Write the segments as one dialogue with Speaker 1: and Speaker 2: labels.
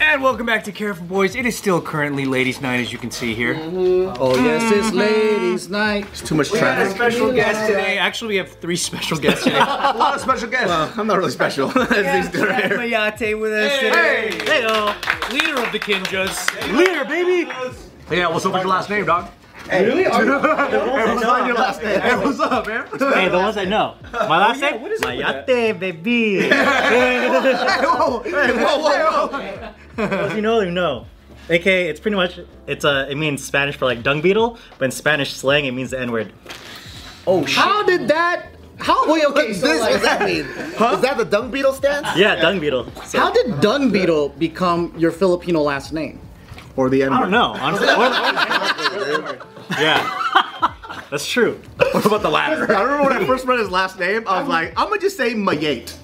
Speaker 1: And welcome back to Careful Boys. It is still currently ladies' night, as you can see here.
Speaker 2: Oh yes, it's ladies' night. It's too much
Speaker 1: We have a
Speaker 2: traffic.
Speaker 1: special guest today. Actually, we have three special guests today.
Speaker 2: A lot of special guests. Well, I'm not really special. These two right here.
Speaker 3: Mayate with us today. Hey,
Speaker 1: uh,
Speaker 3: all leader of the Kinjas.
Speaker 1: Leader, baby. Yeah, uh, what's up with your last name, dog?
Speaker 2: What's on your last name? Hey, what's up, man?
Speaker 3: Hey, the ones I know.
Speaker 2: Oh,
Speaker 3: My last name? Mayate, baby.
Speaker 2: Hey, whoa, hey, whoa, whoa, whoa.
Speaker 3: If you know, you know. AKA, it's pretty much it's uh, it means Spanish for like dung beetle, but in Spanish slang it means the N word.
Speaker 4: How did that? How? Wait, okay. So,
Speaker 2: This-
Speaker 4: like, what does that mean? Is that the dung beetle stance?
Speaker 3: Yeah, dung beetle. So,
Speaker 4: How did dung beetle become your Filipino last name?
Speaker 2: Or the end.
Speaker 3: I don't know. Honestly, yeah, that's true.
Speaker 2: What about the latter? I remember when I first read his last name, I was like, I'm gonna just say Mayate.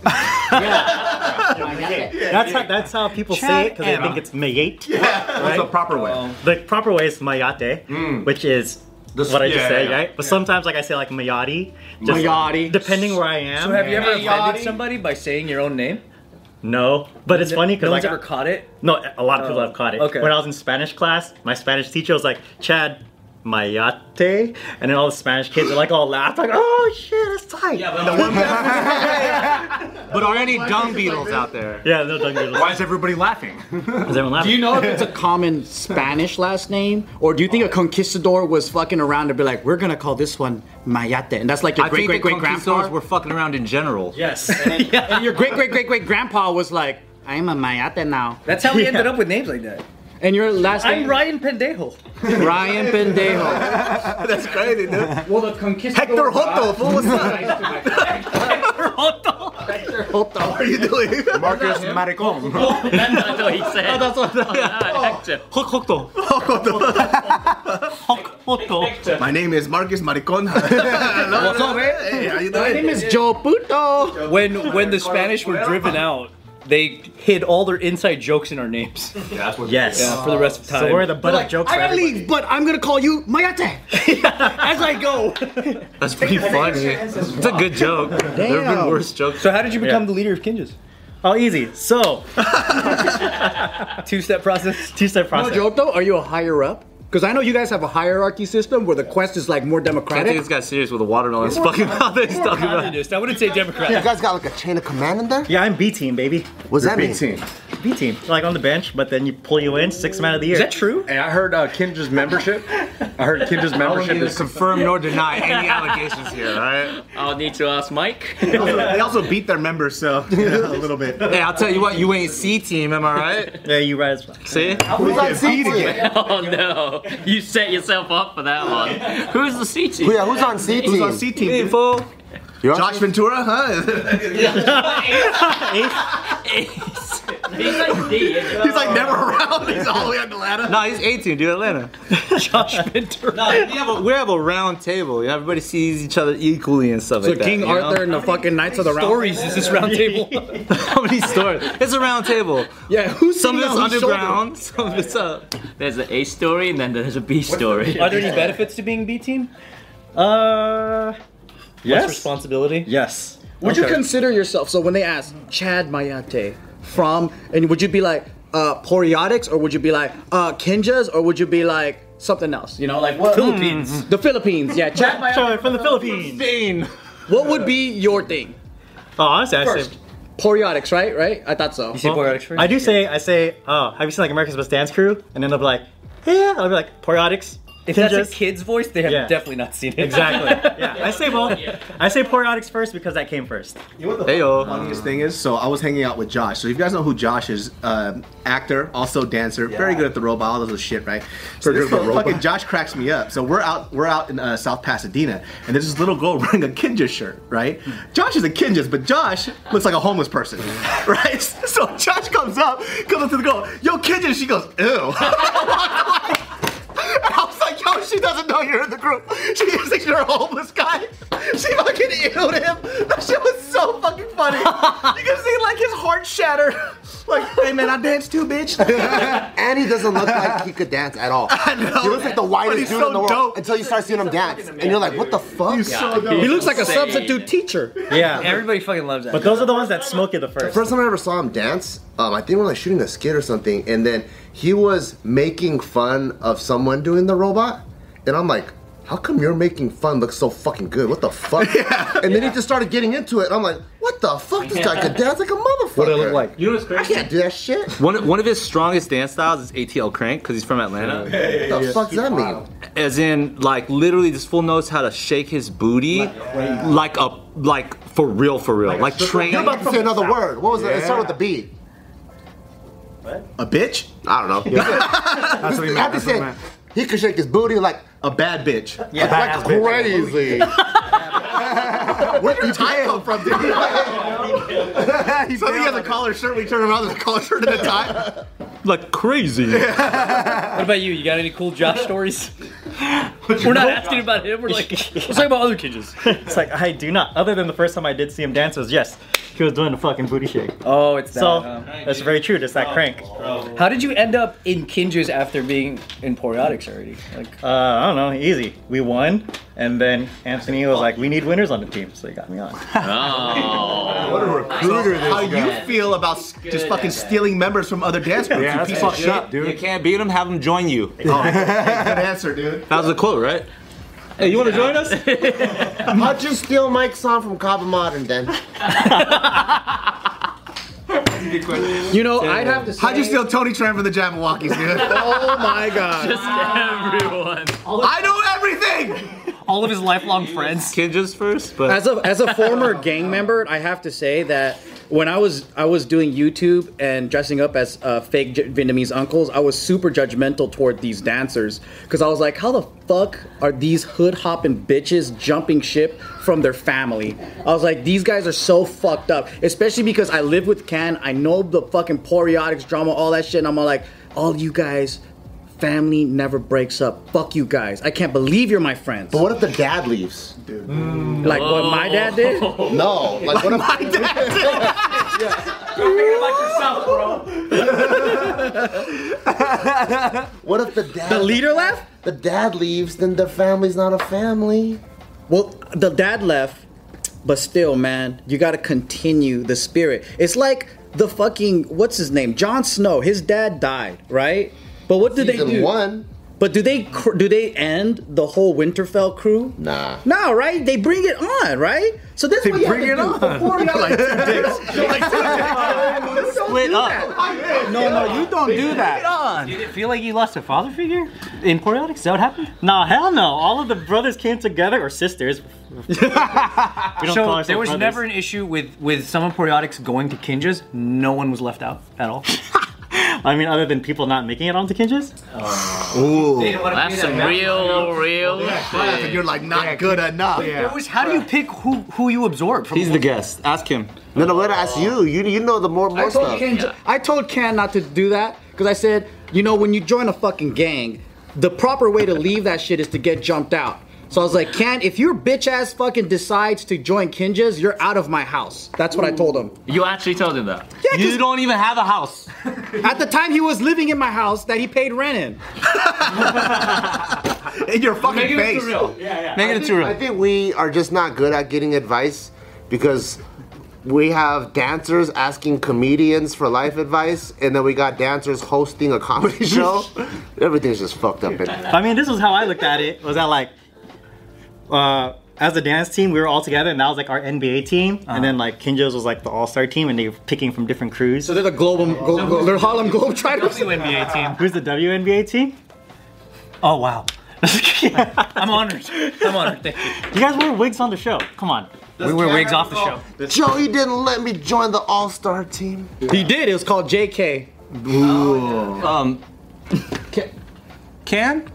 Speaker 3: That's how that's how people say it because they think it's Mayate.
Speaker 2: That's the proper way.
Speaker 3: The proper way is Mayate, which is. what I just
Speaker 2: Mm. yeah,
Speaker 3: said,
Speaker 2: yeah,
Speaker 3: right? But sometimes, like I say, like Mayati, just
Speaker 4: Mayati.
Speaker 3: depending where I am.
Speaker 5: Have you ever offended somebody by saying your own name?
Speaker 3: No, but it's funny because
Speaker 5: no
Speaker 3: like
Speaker 5: one's ever caught it.
Speaker 3: no, a lot of people have caught it.
Speaker 5: Oh, okay.
Speaker 3: When I was in Spanish class, my Spanish teacher was like, "Chad, mayate," and then all the Spanish kids are like all laughed, like, "Oh shit, that's tight." Yeah,
Speaker 1: But are any dung beetles out there?
Speaker 3: no dung beetles.
Speaker 1: Why is everybody laughing?
Speaker 3: Is everyone laughing?
Speaker 4: Do you know if it's a common Spanish last name, or do you think a conquistador was fucking around to be like, we're gonna call this one Mayate, and that's like your
Speaker 1: I
Speaker 4: great
Speaker 1: think
Speaker 4: great great grandpa.
Speaker 1: were fucking around in general.
Speaker 3: Yes.
Speaker 4: And your great great great great grandpa was like, I'm a Mayate now,
Speaker 5: That's how we ended up with names like that.
Speaker 4: and your last name
Speaker 5: I'm Ryan Pendejo.
Speaker 4: Ryan Pendejo.
Speaker 2: That's crazy, dude.
Speaker 4: Well, the
Speaker 2: Hector
Speaker 4: conquistador.
Speaker 2: Hotto, fool, what's up? How are you doing?
Speaker 1: Marcus Maricon.
Speaker 3: that's not what he said. Oh, that's what. Hokoto. Hokoto.
Speaker 2: My name is Marcus Maricon. What's up, man? Hey, how you doing?
Speaker 4: My name is Joe Puto.
Speaker 5: When when the Spanish were driven out, they hid all their inside jokes in our names uh,
Speaker 3: Yes.
Speaker 5: for the rest of time.
Speaker 3: Oh, So we're the butt of jokes
Speaker 4: I
Speaker 3: for
Speaker 4: gotta
Speaker 3: everybody.
Speaker 4: leave, but I'm gonna call you Mayate.
Speaker 3: as I go.
Speaker 1: That's pretty funny. It's a good joke. There have been worse jokes.
Speaker 5: so how did you become
Speaker 3: Yeah.
Speaker 5: the leader of Kinjas?
Speaker 3: Oh, easy. So,
Speaker 5: Two step process.
Speaker 3: two-step
Speaker 4: No
Speaker 3: process.
Speaker 4: joke though, are you a higher up? Because I know you guys have a hierarchy system where the quest is like more
Speaker 1: I think
Speaker 4: democratic.
Speaker 1: this got serious with the watermelon. It's fucking about this talking about.
Speaker 5: Communist. I wouldn't say Democrat.
Speaker 6: You guys got like a chain of command in there?
Speaker 3: Yeah, I'm B team, baby.
Speaker 6: What's that mean?
Speaker 2: team.
Speaker 3: B team. Like on the bench, but then you pull you in, six man of the year.
Speaker 5: Is that true?
Speaker 2: Hey, I heard uh, Kindra's membership. I heard Kindra's membership
Speaker 1: Neither
Speaker 2: is.
Speaker 1: confirm nor deny any allegations here, alright?
Speaker 7: I'll need to ask Mike.
Speaker 2: They also beat their members, so you know, a little bit.
Speaker 1: Hey, I'll tell you what, you ain't C team, am I right?
Speaker 3: Yeah, you right as well.
Speaker 7: See?
Speaker 6: Who's on C team?
Speaker 7: Oh no. You set yourself up for that one. Who's the C team?
Speaker 6: Yeah, who's on C team?
Speaker 2: Who's on C team? dude?
Speaker 1: Info.
Speaker 6: You're on
Speaker 2: Josh Ventura, huh?
Speaker 7: He's like D, isn't he?
Speaker 2: He's like never around. He's all the way on the ladder.
Speaker 1: No, he's 18, dude. Atlanta.
Speaker 3: Josh Ventura.
Speaker 1: No, we have a, we have a round table. You know, everybody sees each other equally and stuff
Speaker 4: So
Speaker 1: like that.
Speaker 4: King
Speaker 1: you know?
Speaker 4: Arthur and the fucking Knights of the Round.
Speaker 5: Stories is this round table.
Speaker 1: How many stores? It's a round table.
Speaker 4: Yeah, who's
Speaker 1: Some of
Speaker 4: sitting
Speaker 1: it's
Speaker 4: on whose shoulder?
Speaker 1: underground, some of it's up.
Speaker 7: There's the A story and then there's a B story.
Speaker 5: Are there any benefits to being B team?
Speaker 3: Uh,
Speaker 5: Less
Speaker 3: yes.
Speaker 5: responsibility.
Speaker 3: Yes.
Speaker 4: Would you consider yourself? So when they ask Chad Mayate from, and would you be like uh, Poriotics, or would you be like uh, Kinjas, or would you be like something else? You know, like what? Hmm.
Speaker 5: Philippines.
Speaker 4: The Philippines. Yeah, Chad Mayate.
Speaker 3: Sorry, from the Philippines.
Speaker 1: Bane.
Speaker 4: What would be your thing?
Speaker 3: Oh, honestly, I say,
Speaker 4: Poriotics, right? Right? I thought so.
Speaker 5: See Borat first?
Speaker 3: I do say, I say, oh, have you seen like America's Best Dance Crew? And then they'll be like, yeah. I'll be like, poriotics.
Speaker 5: If that's a
Speaker 3: Kinjas."
Speaker 5: kid's voice, they have
Speaker 3: Yeah.
Speaker 5: definitely not seen it.
Speaker 3: Exactly. Yeah, I say both. I say poriotics first because that came first.
Speaker 1: Heyo.
Speaker 2: Funniest thing is, so I was hanging out with Josh. So if you guys know who Josh is, uh, actor, also dancer, very good at the robot, all those little shit, right? So this little fucking Josh cracks me up. So we're out, we're out in uh, South Pasadena, and there's this little girl wearing a Kinja shirt, right? Josh is a Kinjas, but Josh looks like a homeless person, right? So Josh comes up, comes up to the girl, yo Kinja, she goes, ew. I was like, yo, she doesn't know you're in the group. She thinks you're a homeless guy. She fucking ewed him. That shit was so fucking funny. You can see like his heart shatter. Like, hey man, I dance too, bitch.
Speaker 6: And he doesn't look like he could dance at all. I know. He looks like the
Speaker 2: he's
Speaker 6: whitest dude
Speaker 2: so
Speaker 6: in the world
Speaker 2: dope.
Speaker 6: until you start seeing him dance, and you're like, what the fuck?
Speaker 4: He looks like a substitute teacher.
Speaker 5: Yeah, everybody fucking loves that.
Speaker 3: But those are the ones that smoke you the first.
Speaker 6: First time I ever saw him dance, um, I think we were like shooting a skit or something, and then he was making fun of someone doing the robot, and I'm like, how come you're making fun look so fucking good? What the fuck? And then he just started getting into it. and I'm like, what the fuck? This guy could dance like a motherfucker. What
Speaker 5: they look like.
Speaker 1: You know what's
Speaker 6: I
Speaker 1: crazy?
Speaker 6: can't do that shit. What
Speaker 1: One, one of his strongest dance styles is ATL crank because he's from Atlanta.
Speaker 6: the fuck does that mean?
Speaker 1: as in like literally this fool knows how to shake his booty like a like for real for real like train
Speaker 6: You're about to say another word. What was it? It started with the B.
Speaker 2: A bitch?
Speaker 6: I don't know. That's what he meant. He could shake his booty like
Speaker 2: A bad bitch.
Speaker 6: yeah, like crazy.
Speaker 2: Where did your tie come from, dude?
Speaker 6: He's
Speaker 2: Somebody has a collar shirt. We turn around, there's a collar shirt and a tie.
Speaker 1: like crazy
Speaker 5: What about you? You got any cool Josh stories?
Speaker 7: We're not asking about him. We're like, let's talk about other kids.
Speaker 3: It's like I do not. Other than the first time I did see him dance was yes, he was doing a fucking booty shake.
Speaker 5: Oh, it's that.
Speaker 3: So
Speaker 5: huh?
Speaker 3: that's very true. Just that crank.
Speaker 5: How did you end up in Kinjas after being in Poriotics already? Like,
Speaker 3: Uh, I don't know. Easy. We won, and then Anthony was like, "We need winners on the team," so he got me on.
Speaker 7: Oh.
Speaker 2: How you feel about s- just fucking stealing members from other dance groups? you piece of shit.
Speaker 1: you can't beat him have him join you
Speaker 2: Good answer, dude.
Speaker 1: that was a quote right hey you want to join us
Speaker 6: How'd you steal Mike's song from Cabo Modern then?
Speaker 4: You know, I'd have to say.
Speaker 2: How'd you steal Tony Tran from the Jabberwockies, dude?
Speaker 4: Oh my god.
Speaker 7: Just everyone.
Speaker 2: I know everything.
Speaker 7: All of his lifelong friends.
Speaker 1: kinjas first but
Speaker 4: As a as a former gang member, I have to say that when I was I was doing YouTube and dressing up as uh, fake J- Vietnamese uncles, I was super judgmental toward these dancers because I was like, how the fuck are these hood hopping bitches jumping ship from their family? I was like, these guys are so fucked up, especially because I live with Can. I know the fucking poriotics drama, all that shit, and I'm all like, all you guys. Family never breaks up. Fuck you guys. I can't believe you're my friends.
Speaker 6: But what if the dad leaves? Mm.
Speaker 4: Like what my dad did?
Speaker 6: No, like what if what if the dad
Speaker 4: The leader left?
Speaker 6: the dad leaves? Then the family's not a family.
Speaker 4: Well, the dad left, but still, man, you gotta continue the spirit. It's like the fucking what's his name, Jon Snow. His dad died, right? But what did
Speaker 6: Season
Speaker 4: they do?
Speaker 6: one.
Speaker 4: But do they cr- do they end the whole Winterfell crew?
Speaker 6: Nah.
Speaker 4: No, right? They bring it on, right? So that's what you
Speaker 2: bring
Speaker 4: have to
Speaker 2: it
Speaker 4: do.
Speaker 2: on.
Speaker 4: Before you like two
Speaker 1: split up
Speaker 4: No, no, you don't do that.
Speaker 3: Did it feel like you lost a father figure in Poriotics? Is that what happened? Nah, hell no. All of the brothers came together, or sisters. we don't call
Speaker 5: so
Speaker 3: ourselves
Speaker 5: there was
Speaker 3: brothers.
Speaker 5: never an issue with with some of Poriotics going to Kinjas. No one was left out at all.
Speaker 3: I mean, other than people not making it onto Kinjas.
Speaker 7: That's some real, real shit.
Speaker 2: You're like not good enough.
Speaker 5: It was how do you pick who who you absorb from?
Speaker 1: he's the guest ask him
Speaker 6: No, no. Let us ask you. You you know the more
Speaker 4: I
Speaker 6: more
Speaker 4: told,
Speaker 6: stuff.
Speaker 4: Ken, I told Ken not to do that because I said, you know, when you join a fucking gang, the proper way to leave that shit is to get jumped out. So I was like, Ken, if your bitch ass fucking decides to join Kinjas, you're out of my house. That's what I told him.
Speaker 7: You actually told him that.
Speaker 4: Yeah, 'cause
Speaker 1: you don't even have a house
Speaker 4: at the time he was living in my house that he paid rent in.
Speaker 2: In your fucking face.
Speaker 1: making it too
Speaker 6: I
Speaker 1: real
Speaker 6: think we are just not good at getting advice because we have dancers asking comedians for life advice, and then we got dancers hosting a comedy show. Everything's just fucked up. In
Speaker 3: I mean, this was how I looked at it. Was that like, uh, as a dance team, we were all together, and that was like our NBA team,
Speaker 1: Uh-huh.
Speaker 3: and then like Kinjos was like the All Star team, and they were picking from different crews.
Speaker 4: So they're the global, glo- glo- they're Harlem Globetrotters.
Speaker 7: WNBA team.
Speaker 3: Who's the WNBA team? Oh wow. you
Speaker 5: I'm honored. I'm honored. Thank you.
Speaker 3: guys wear wigs on the show. Come on.
Speaker 5: We were wigs off the show.
Speaker 6: Joey didn't let me join the All Star team.
Speaker 4: he did. It was called JK.
Speaker 1: um can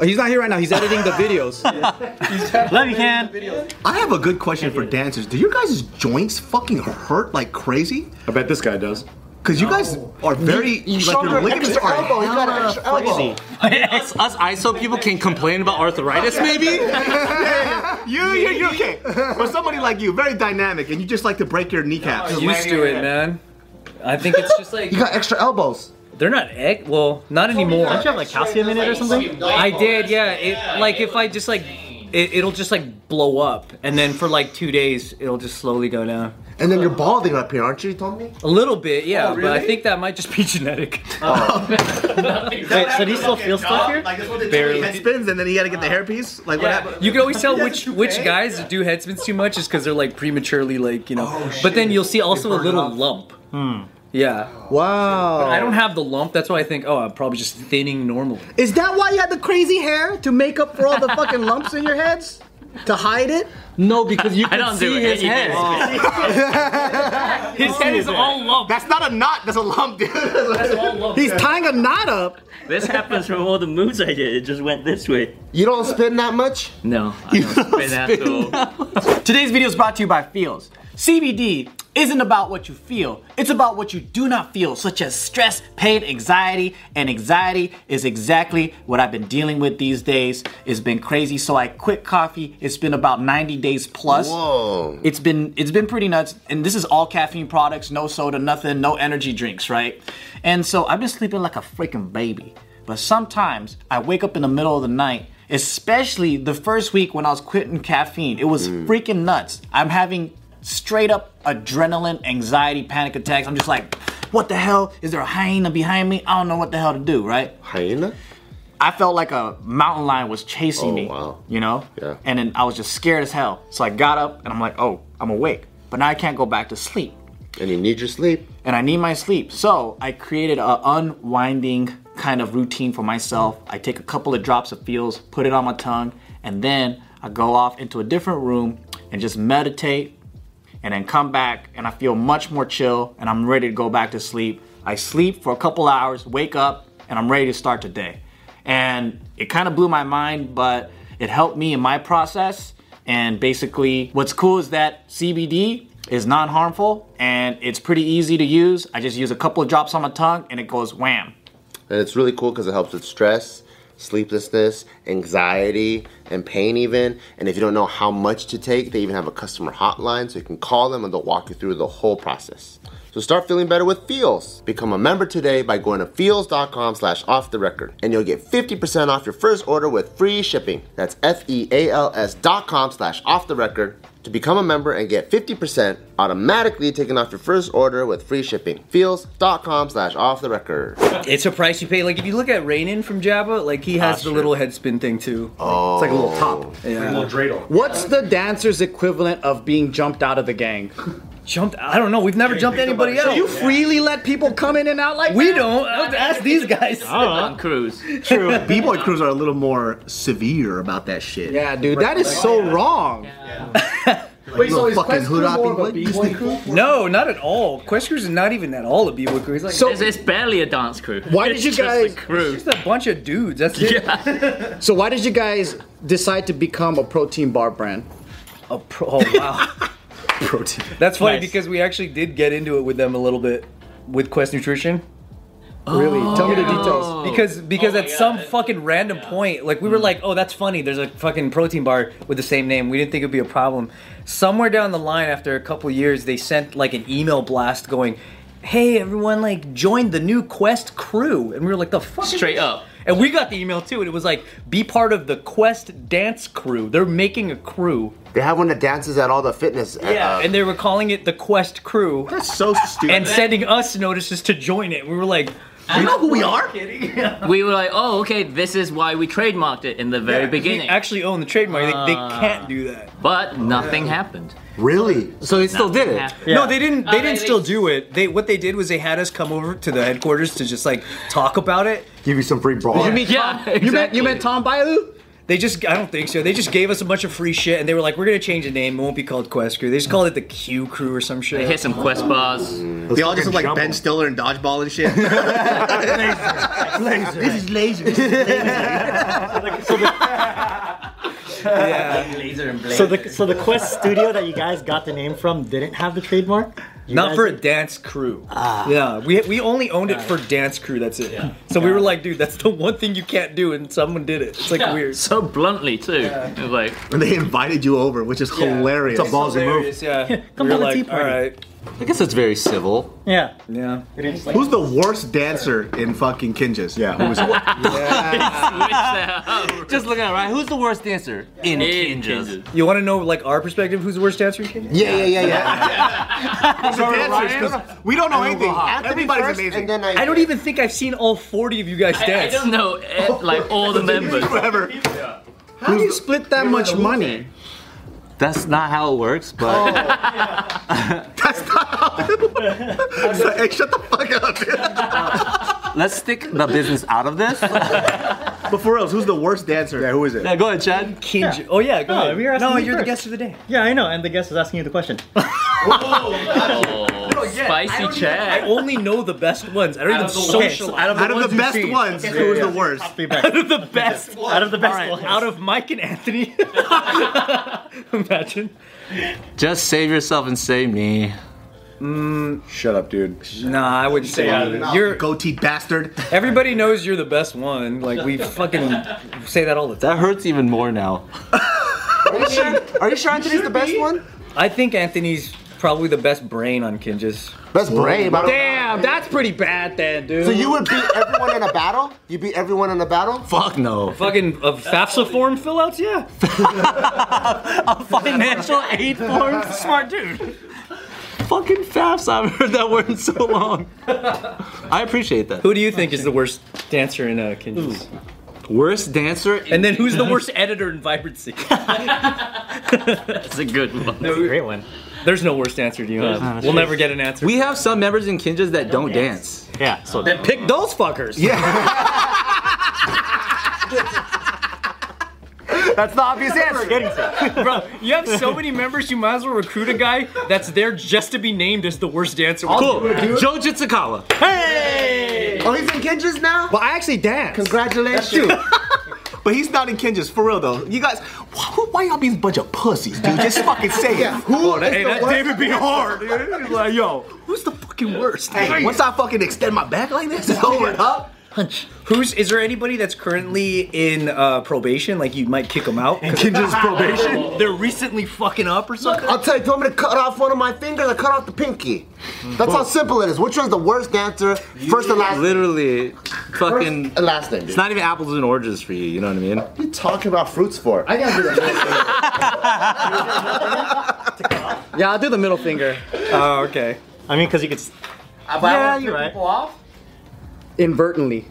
Speaker 4: Oh, he's not here right now. He's editing the videos.
Speaker 3: Love you, Can.
Speaker 2: I have a good question for dancers. Do your guys' joints fucking hurt like crazy?
Speaker 8: I bet this guy does.
Speaker 2: Cause you guys are very like your ligaments are
Speaker 6: He got an
Speaker 2: hella
Speaker 6: extra elbow.
Speaker 1: us, us ISO people can complain about arthritis maybe
Speaker 2: You, you, you're okay. But somebody like you, very dynamic, and you just like to break your kneecaps.
Speaker 5: Used to it, man. I think it's just like
Speaker 6: You got extra elbows.
Speaker 5: they're not egg. Well, not anymore.
Speaker 3: Don't you have like calcium in it or something?
Speaker 5: I did, yeah. It, like if I just like, it, it'll just like blow up, and then for like two days, it'll just slowly go down.
Speaker 6: And then you're balding up here, aren't you? You told me.
Speaker 5: A little bit, yeah. But I think that might just be genetic.
Speaker 3: Wait, so do you still feel stuff here?
Speaker 2: Like that's what they Barely. head spins, and then he had to get the hairpiece. Like what happened?
Speaker 5: You can always tell which which guys do head spins too much is because they're like prematurely like you know.
Speaker 4: Oh,
Speaker 5: but then you'll see also a little lump.
Speaker 7: Hmm.
Speaker 5: Yeah.
Speaker 4: Oh.
Speaker 6: Wow.
Speaker 5: I don't have the lump. That's why I think oh I'm probably just thinning normally.
Speaker 2: Is that why you had the crazy hair to make up for all the fucking lumps in your heads? To hide it?
Speaker 4: No, because you
Speaker 7: I
Speaker 4: can
Speaker 7: don't do
Speaker 4: see his
Speaker 7: anything.
Speaker 4: head.
Speaker 7: His head is all lump.
Speaker 2: That's not a knot. That's a lump, dude.
Speaker 4: He's tying a knot up.
Speaker 8: This happens from all the moves I did. It just went this way.
Speaker 6: You don't spin that much.
Speaker 7: No, I don't spin at all.
Speaker 8: Today's video is brought to you by Feels. CBD isn't about what you feel, it's about what you do not feel, such as stress, pain, anxiety, and anxiety is exactly what I've been dealing with these days. It's been crazy, so I quit coffee. It's been about 90 days plus.
Speaker 6: Whoa.
Speaker 8: It's been it's been pretty nuts, and this is all caffeine products, no soda, nothing, no energy drinks, right? And so I've been sleeping like a freaking baby. But sometimes I wake up in the middle of the night, especially the first week when I was quitting caffeine. It was freaking nuts. I'm having straight up adrenaline, anxiety, panic attacks. I'm just like, what the hell? Is there a hyena behind me? I don't know what the hell to do, right?
Speaker 6: Hyena.
Speaker 8: I felt like a mountain lion was chasing
Speaker 6: Oh,
Speaker 8: me.
Speaker 6: wow.
Speaker 8: You know?
Speaker 6: Yeah.
Speaker 8: And then I was just scared as hell. So I got up and I'm like, oh, I'm awake. But now I can't go back to sleep.
Speaker 6: And you need your sleep.
Speaker 8: And I need my sleep. So I created a unwinding kind of routine for myself. I take a couple of drops of feels, put it on my tongue, and then I go off into a different room and just meditate and then come back and I feel much more chill and I'm ready to go back to sleep. I sleep for a couple hours, wake up, and I'm ready to start the day. And it kind of blew my mind, but it helped me in my process. And basically, what's cool is that CBD is non harmful and it's pretty easy to use. I just use a couple of drops on my tongue and it goes wham.
Speaker 6: And it's really cool because it helps with stress, sleeplessness, anxiety, and pain, even. And if you don't know how much to take, they even have a customer hotline so you can call them and they'll walk you through the whole process. So start feeling better with Feels. Become a member today by going to feels.com slash off the record. And you'll get 50% off your first order with free shipping. That's E F-E-A-L-S dot com slash off the record to become a member and get 50% automatically taken off your first order with free shipping. Feels.com slash off the record.
Speaker 5: It's a price you pay. Like if you look at Rainin from Jabba, like he
Speaker 8: Ah,
Speaker 5: has the little head spin thing too.
Speaker 4: It's like a little top.
Speaker 5: Yeah.
Speaker 4: What's the dancer's equivalent of being jumped out of the gang?
Speaker 5: Jumped. I don't know. We've never jumped anybody else.
Speaker 4: You freely let people come in and out like
Speaker 5: we
Speaker 4: that?
Speaker 5: don't. I have to ask these guys.
Speaker 7: Tom Cruise.
Speaker 2: B-boy crews are a little more severe about that shit.
Speaker 4: Yeah, dude, that is so wrong.
Speaker 2: Wait, so is fucking hood
Speaker 5: No, not at all. Quest Cruise is not even at all a b-boy crew. He's like
Speaker 4: So
Speaker 7: It's, it's barely a dance crew.
Speaker 4: Why did
Speaker 7: It's
Speaker 4: you
Speaker 7: just a
Speaker 4: guys-
Speaker 7: crew?
Speaker 5: just a bunch of dudes. That's it.
Speaker 4: so why did you guys decide to become a protein bar brand?
Speaker 5: A pro- oh wow.
Speaker 2: Protein.
Speaker 5: That's funny
Speaker 3: Nice.
Speaker 5: because we actually did get into it with them a little bit with Quest Nutrition.
Speaker 4: Really? Tell me the details.
Speaker 5: Because because
Speaker 7: Oh my
Speaker 5: at some
Speaker 7: God. Mm.
Speaker 5: fucking random point, like we were like, oh, that's funny. There's a fucking protein bar with the same name. We didn't think it'd be a problem. Somewhere down the line, after a couple years, they sent like an email blast going, hey, everyone, like join the new Quest crew, and we were like, the fuck. is
Speaker 7: Straight
Speaker 5: this?
Speaker 7: up.
Speaker 5: And we got the email too, and it was like, be part of the Quest dance crew. They're making a crew.
Speaker 6: They have one that dances at all the fitness. uh,
Speaker 5: and they were calling it the Quest crew.
Speaker 2: That's so stupid.
Speaker 5: and sending us notices to join it. We were like,
Speaker 2: you know who we are?
Speaker 7: We were like, oh, okay, this is why we trademarked it in the very
Speaker 5: we
Speaker 7: beginning.
Speaker 5: actually own the trademark. They, they
Speaker 2: Ah.
Speaker 5: can't do that.
Speaker 7: but nothing happened.
Speaker 6: really?
Speaker 5: So they still did
Speaker 7: it. happened.
Speaker 5: No, they didn't. They
Speaker 2: Oh,
Speaker 7: Uh,
Speaker 5: didn't
Speaker 7: they-
Speaker 5: still do it. They what they did was they had us come over to the headquarters to just like talk about it.
Speaker 6: Give you some free bra.
Speaker 7: Yeah,
Speaker 4: You meant you meant Tom Bailu?
Speaker 5: They just I don't think so. They just gave us a bunch of free shit and they were like, we're gonna change the name. It won't be called Quest Crew. They just called it the Q Crew or some
Speaker 7: They
Speaker 5: shit.
Speaker 7: hit some quest bars.
Speaker 2: They all just look like Ben Stiller and dodgeball and shit. This is laser.
Speaker 5: yeah.
Speaker 3: So the so the Quest Studio that you guys got the name from didn't have the trademark. You
Speaker 5: Not
Speaker 3: guys-
Speaker 5: for a dance crew. Yeah, we we only owned it for dance crew. That's it. So we were like, dude, that's the one thing you can't do, and someone did it. It's like weird.
Speaker 7: So bluntly too. It was like,
Speaker 2: And they invited you over, which is hilarious.
Speaker 5: Hilarious, yeah. Come
Speaker 3: to the tea party.
Speaker 5: All right.
Speaker 1: I guess that's very civil.
Speaker 3: Yeah.
Speaker 5: Yeah.
Speaker 2: Who's the worst dancer in fucking Kinjas? Yeah, who was
Speaker 8: Just looking at right. Who's the worst dancer in Kinjas?
Speaker 5: You want to know like our perspective? Who's the worst dancer in Kenya?
Speaker 6: Yeah, yeah, yeah, yeah.
Speaker 2: dancers? 'cause we don't know anything. Everybody's
Speaker 6: First,
Speaker 2: amazing.
Speaker 6: and then I,
Speaker 5: I don't even think I've seen all 40 of you guys
Speaker 7: I, I
Speaker 5: dance.
Speaker 7: don't know,
Speaker 2: Oh.
Speaker 7: eh, like all the members.
Speaker 2: Whatever.
Speaker 4: How do you split that much money?
Speaker 8: That's not how it works, but
Speaker 2: hey, shut the fuck up, dude.
Speaker 6: Oh.
Speaker 8: let's stick the business out of this. yeah,
Speaker 2: But for reals, who's the worst dancer? Yeah, who is it?
Speaker 8: go ahead, Chad.
Speaker 5: Kinja. Oh yeah, go
Speaker 3: No,
Speaker 5: ahead.
Speaker 3: we were asking
Speaker 5: no,
Speaker 3: you
Speaker 5: you're the
Speaker 3: first.
Speaker 5: guest of the day.
Speaker 3: Yeah, I know. And the guest is asking you the question.
Speaker 7: Spicy
Speaker 5: I
Speaker 7: Chad.
Speaker 5: only know the best ones. I don't even
Speaker 7: of the
Speaker 5: socialize.
Speaker 7: ones-
Speaker 5: Out of
Speaker 2: Out of the
Speaker 5: you've
Speaker 2: best
Speaker 5: seen.
Speaker 2: ones, who was the worst?
Speaker 5: Out of the best.
Speaker 3: Out of the best
Speaker 8: Alright,
Speaker 3: ones.
Speaker 5: Out of Mike and Anthony. Imagine.
Speaker 8: Just save yourself and save me.
Speaker 6: shut up, dude.
Speaker 5: Nah, I wouldn't say that. You're
Speaker 2: goatee bastard.
Speaker 5: everybody knows you're the best one. Like we fucking say that all the time.
Speaker 8: That hurts even more now.
Speaker 6: Are you sure? Are you sure Anthony's the best one?
Speaker 5: I think Anthony's probably the best brain on Kinjas.
Speaker 6: Best brave. I don't
Speaker 4: Damn, that's pretty bad then, dude.
Speaker 6: So you would beat everyone in a battle? You beat everyone in a battle?
Speaker 8: Fuck no.
Speaker 5: Fucking of FAFSA form fillouts, yeah.
Speaker 8: Financial aid form, smart dude. Fucking FAFSA. I've heard that word in so long. I appreciate that.
Speaker 5: Who do you think is the worst dancer in uh, Kinjas?
Speaker 8: Worst dancer in
Speaker 5: And then who's the worst editor in Vibrancy?
Speaker 7: That's a good one.
Speaker 3: Great one.
Speaker 5: There's no worst answer, do you? Have? We'll never get an answer.
Speaker 1: We have some members in Kinjas that don't dance.
Speaker 3: Yeah. So
Speaker 5: pick those fuckers. Yeah.
Speaker 6: That's the obvious answer.
Speaker 5: Bro, you have so many members, you might as well recruit a guy that's there just to be named as the worst dancer.
Speaker 1: Cool. Joe Jitsukawa.
Speaker 6: Oh, he's in Kinjas now?
Speaker 4: But I actually dance.
Speaker 6: Congratulations.
Speaker 2: But he's not in Kinjas, for real though. You guys, why, why y'all being a bunch of pussies, dude? Just fucking say it. Who is the
Speaker 5: that's
Speaker 2: worst?
Speaker 5: David B. Hard.
Speaker 2: He's like, yo, who's the fucking worst? Hey, once I fucking extend my back like this, it's over, huh?
Speaker 5: Who's is there anybody that's currently in uh, probation? Like you might kick them out.
Speaker 2: Kinjas probation.
Speaker 5: They're recently fucking up or something.
Speaker 6: I'll tell you, do you want me to cut off one of my fingers or cut off the pinky? That's how simple it is. Which one's the worst dancer? First and last.
Speaker 1: Literally,
Speaker 6: First
Speaker 1: fucking.
Speaker 6: and last name, dude.
Speaker 1: It's not even apples and oranges for you. You know what I mean?
Speaker 6: what are you talking about fruits for? I gotta do that.
Speaker 4: Yeah, I'll do the middle finger.
Speaker 5: Oh, okay.
Speaker 3: I mean, because you could. s-
Speaker 6: yeah,
Speaker 3: you're right.
Speaker 6: off?
Speaker 4: Invertently.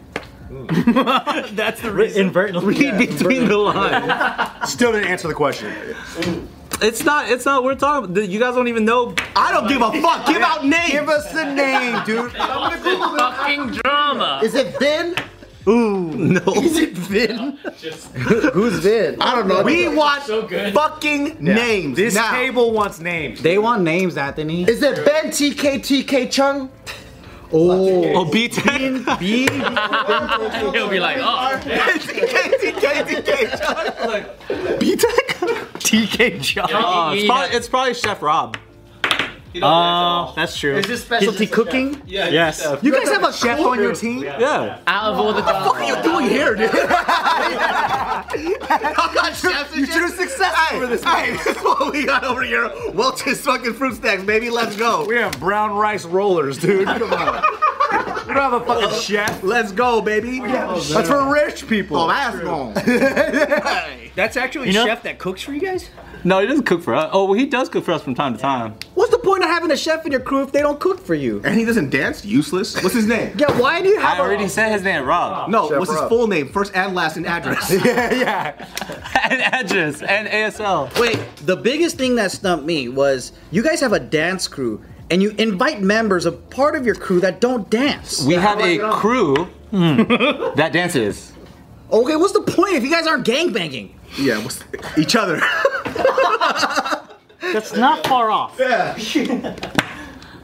Speaker 5: That's the reason.
Speaker 3: Inadvertently.
Speaker 1: Read between the lines.
Speaker 2: Still didn't answer the question.
Speaker 1: It's not. It's not. We're talking. You guys don't even know.
Speaker 2: I don't give a fuck. Give out names.
Speaker 6: Give us the name, dude.
Speaker 7: Fucking drama.
Speaker 6: Is it Vin?
Speaker 4: Who's Vin?
Speaker 6: I don't know.
Speaker 2: We want
Speaker 7: good.
Speaker 2: fucking names.
Speaker 3: This
Speaker 2: now.
Speaker 3: table wants names.
Speaker 4: They want names, Anthony.
Speaker 6: Is it Ben TK TK Chung?
Speaker 4: Oh,
Speaker 1: Oh, B Tech.
Speaker 7: He'll be like, oh,
Speaker 1: B Tech.
Speaker 3: TK John.
Speaker 1: Oh, it's, probably, it's probably Chef Rob.
Speaker 3: Oh, that's true.
Speaker 4: is this specialty cooking?
Speaker 3: Yes.
Speaker 2: You guys have a chef on your team?
Speaker 1: Yeah.
Speaker 7: out of all the drama.
Speaker 2: What are you doing here, dude? you should have success hey, for this. Hey, this is what we got over here. Welch's fucking fruit snacks, baby. Let's go.
Speaker 8: We have brown rice rollers, dude. Come on. We don't have a fucking chef.
Speaker 2: Let's go, baby.
Speaker 8: That's for rich people.
Speaker 2: Oh, that's gone.
Speaker 5: That's actually
Speaker 3: know-
Speaker 5: chef that cooks for you guys.
Speaker 8: No, he doesn't cook for us. Oh, well, he does cook for us from time to time.
Speaker 4: What's the point of having a chef in your crew if they don't cook for you?
Speaker 2: And he doesn't dance? Useless. What's his name?
Speaker 4: Yeah, why do you have
Speaker 8: I already said his name, Rob.
Speaker 2: No, what's his full name? First and last and address.
Speaker 8: and address and ASL.
Speaker 4: Wait, the biggest thing that stumped me was you guys have a dance crew and you invite members of part of your crew that don't dance.
Speaker 8: We have a crew that dances.
Speaker 4: Okay, what's the point if you guys aren't gangbanging?
Speaker 2: yeah, what's, each other.
Speaker 3: That's not far off.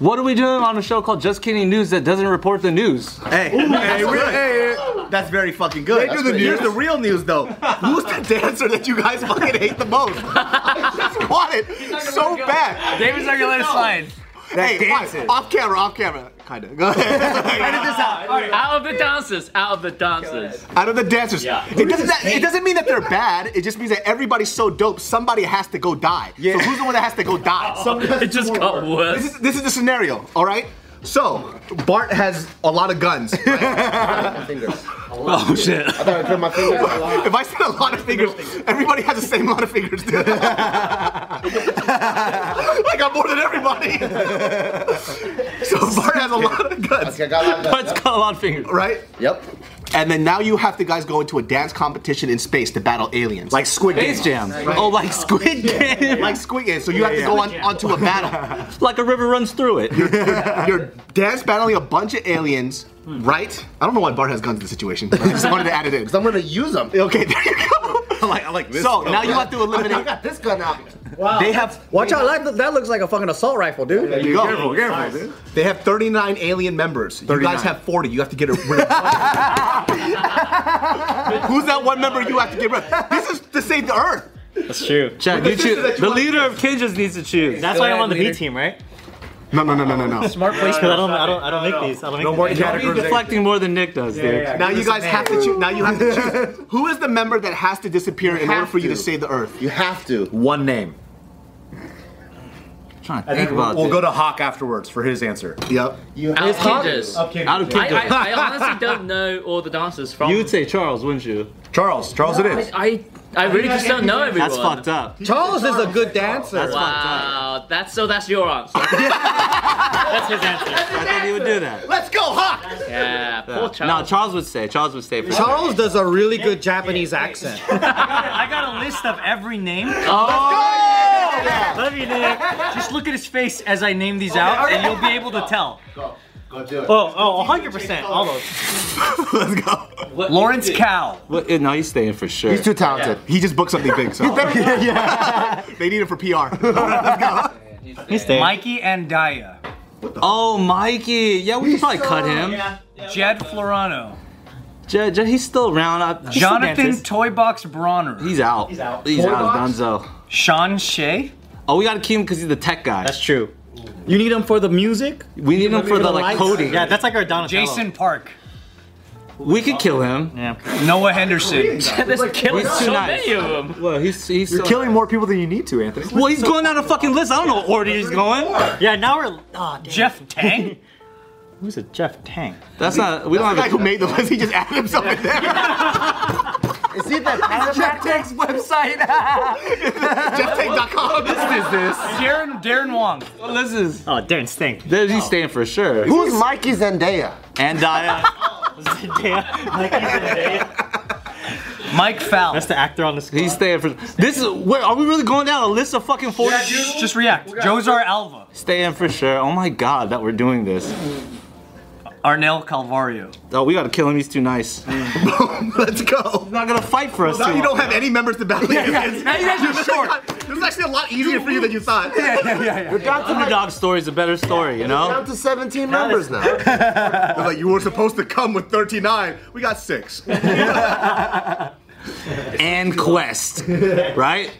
Speaker 8: What are we doing on a show called Just Kidding News that doesn't report the news?
Speaker 2: Hey, hey, real, hey, hey, that's very fucking good. That's good. Here's the real news, though. Who's the dancer that you guys fucking hate the most? I just want it so bad.
Speaker 8: David's not gonna let it slide.
Speaker 2: hey, why- off camera, off camera. kind of. Go ahead.
Speaker 8: Edit this out.
Speaker 7: Out of the dancers, out of the dancers.
Speaker 2: Out of the dancers,
Speaker 7: Yeah.
Speaker 2: it doesn't. That, it doesn't mean that they're bad. It just means that everybody's so dope. Somebody has to go die. Yeah. So who's the one that has to go die?
Speaker 7: It just got worse.
Speaker 2: This is, this is the scenario, all right? So, Bart has a lot of guns. right?
Speaker 6: My fingers.
Speaker 1: Oh shit.
Speaker 6: I thought I put my fingers.
Speaker 2: if I said a lot of fingers, everybody has the same lot of fingers, dude. I got more than everybody. so, Bart has a lot of guns,
Speaker 6: Okay, I got that.
Speaker 7: It's got a lot of fingers.
Speaker 2: right?
Speaker 6: Yep.
Speaker 2: And then now you have to guys go into a dance competition in space to battle aliens. Like Squid Game.
Speaker 8: Jam.
Speaker 2: Oh, like Squid Game. like Squid Game. So you have to go on, onto a battle.
Speaker 8: Like a river runs through it.
Speaker 2: You're dance battling a bunch of aliens, right? I don't know why Bart has guns in this situation. I just wanted to add it in.
Speaker 6: Because I'm gonna use them.
Speaker 2: Okay, there you go. I like, I like this. So now you have to
Speaker 6: I
Speaker 2: eliminate.
Speaker 6: got this gun out.
Speaker 2: They have.
Speaker 4: Watch out! That, that looks like a fucking assault rifle, dude.
Speaker 2: You go. Careful, careful, They have 39 alien members. You guys have 40. You have to get rid of. Who's that one member you have to get rid of? This is to save the Earth.
Speaker 5: That's true.
Speaker 7: Jack, you choose.
Speaker 2: that you
Speaker 7: The
Speaker 2: want-
Speaker 7: leader of Kin just needs to choose.
Speaker 3: That's
Speaker 5: Go
Speaker 3: why I'm
Speaker 5: ahead,
Speaker 3: on the B
Speaker 5: leader.
Speaker 3: team, right?
Speaker 2: No, no, no, no, no, no.
Speaker 5: Smart place.
Speaker 3: Because I don't, I don't, I don't make these. I don't make no more
Speaker 7: He's deflecting more than Nick does, dude.
Speaker 2: Now you guys have to choose. Now you have to choose. Who is the member that has to disappear in order
Speaker 6: have
Speaker 2: for you to
Speaker 6: to.
Speaker 2: save the Earth?
Speaker 6: You have to.
Speaker 1: One name.
Speaker 8: trying to think about
Speaker 9: We'll
Speaker 8: this.
Speaker 9: go to Hawk afterwards for his answer.
Speaker 2: Yep.
Speaker 6: You
Speaker 7: Out
Speaker 6: have
Speaker 7: of Kinders.
Speaker 9: Okay.
Speaker 8: Out of
Speaker 7: I,
Speaker 8: Kindle.
Speaker 7: I, I honestly don't know all the dancers from.
Speaker 8: You'd say Charles, wouldn't you?
Speaker 9: Charles, Charles, it is.
Speaker 7: I, I, I really just don't know everyone.
Speaker 8: That's fucked up.
Speaker 4: Charles is a good dancer.
Speaker 7: Wow, that's so. That's your answer. that's his answer.
Speaker 8: I thought he would do that.
Speaker 2: Let's go, Hawk.
Speaker 7: Yeah, poor
Speaker 8: No,
Speaker 7: Charles.
Speaker 8: Charles would say. Charles would say for sure.
Speaker 4: Charles does a really good Japanese accent.
Speaker 3: I got a list of every name.
Speaker 5: Love you, Nick.
Speaker 3: Just look at his face as I name these out, and you'll be able to tell.
Speaker 6: Go do it.
Speaker 3: Oh, oh, 100%. All those.
Speaker 2: Let's go.
Speaker 3: Lawrence Cow.
Speaker 8: Well, yeah, uh, no, he's staying for sure.
Speaker 6: He's too talented.
Speaker 2: He just booked something big, so. they need him for PR.
Speaker 3: Mikey Andaya.
Speaker 8: Oh, Mikey. Yeah, we could probably cut him.
Speaker 3: Jed Florano.
Speaker 8: J- J- he's still around. I- he's still
Speaker 3: Jonathan
Speaker 8: dances.
Speaker 3: Toybox Bronner.
Speaker 8: He's out. He's out. He's out. Donzo.
Speaker 3: Sean Shea.
Speaker 8: Oh, we gotta keep him because he's the tech guy.
Speaker 3: true.
Speaker 4: You need him for the music.
Speaker 8: we need him for the like
Speaker 4: lights.
Speaker 8: coding.
Speaker 3: Yeah, that's like our Donatello. Jason Park.
Speaker 8: We could kill him.
Speaker 3: Yeah. Noah Henderson.
Speaker 7: There's killing
Speaker 8: He's too
Speaker 7: so
Speaker 8: nice.
Speaker 7: many of them.
Speaker 8: Well, he's he's
Speaker 9: You're
Speaker 8: so-
Speaker 9: killing more people than you need to, Anthony.
Speaker 8: Well, he's going down a fucking list. I don't know what order he's going.
Speaker 3: yeah, now we're. Oh, Jeff Tang. Who's a Jeff Tang?
Speaker 8: That's not. We
Speaker 2: The
Speaker 8: don't
Speaker 2: guy
Speaker 8: have.
Speaker 2: who
Speaker 8: A,
Speaker 2: made the list, he just added himself in there.
Speaker 6: Is he that?
Speaker 9: Jack Tank's website.
Speaker 2: JeffTank.com. This is this.
Speaker 3: Darren Darren Wong.
Speaker 8: what list is?
Speaker 3: Oh, Darren Stink.
Speaker 8: There he's staying for sure.
Speaker 6: Who's Mikey Zendaya?
Speaker 8: And Daya.
Speaker 3: Mike Fowl. That's the actor on the
Speaker 8: He's staying for. This is. Where are we really going down a list of fucking forty?
Speaker 3: Just react. Jozar Alva.
Speaker 8: Staying for sure. Oh my god, that we're doing this.
Speaker 3: Arnell Calvario.
Speaker 8: Oh, we gotta kill him. He's too nice. He's
Speaker 2: Let's go.
Speaker 8: not gonna fight for us.
Speaker 2: Now
Speaker 8: too
Speaker 2: you
Speaker 8: long.
Speaker 2: don't have any members to battle against.
Speaker 8: Now you guys are short.
Speaker 2: This is actually a lot easier for you than you thought.
Speaker 8: God's underdog story is a better story, you know?
Speaker 6: Down to 17 members now.
Speaker 2: They're like, you were supposed to come with 39. We got six.
Speaker 8: And Quest, right?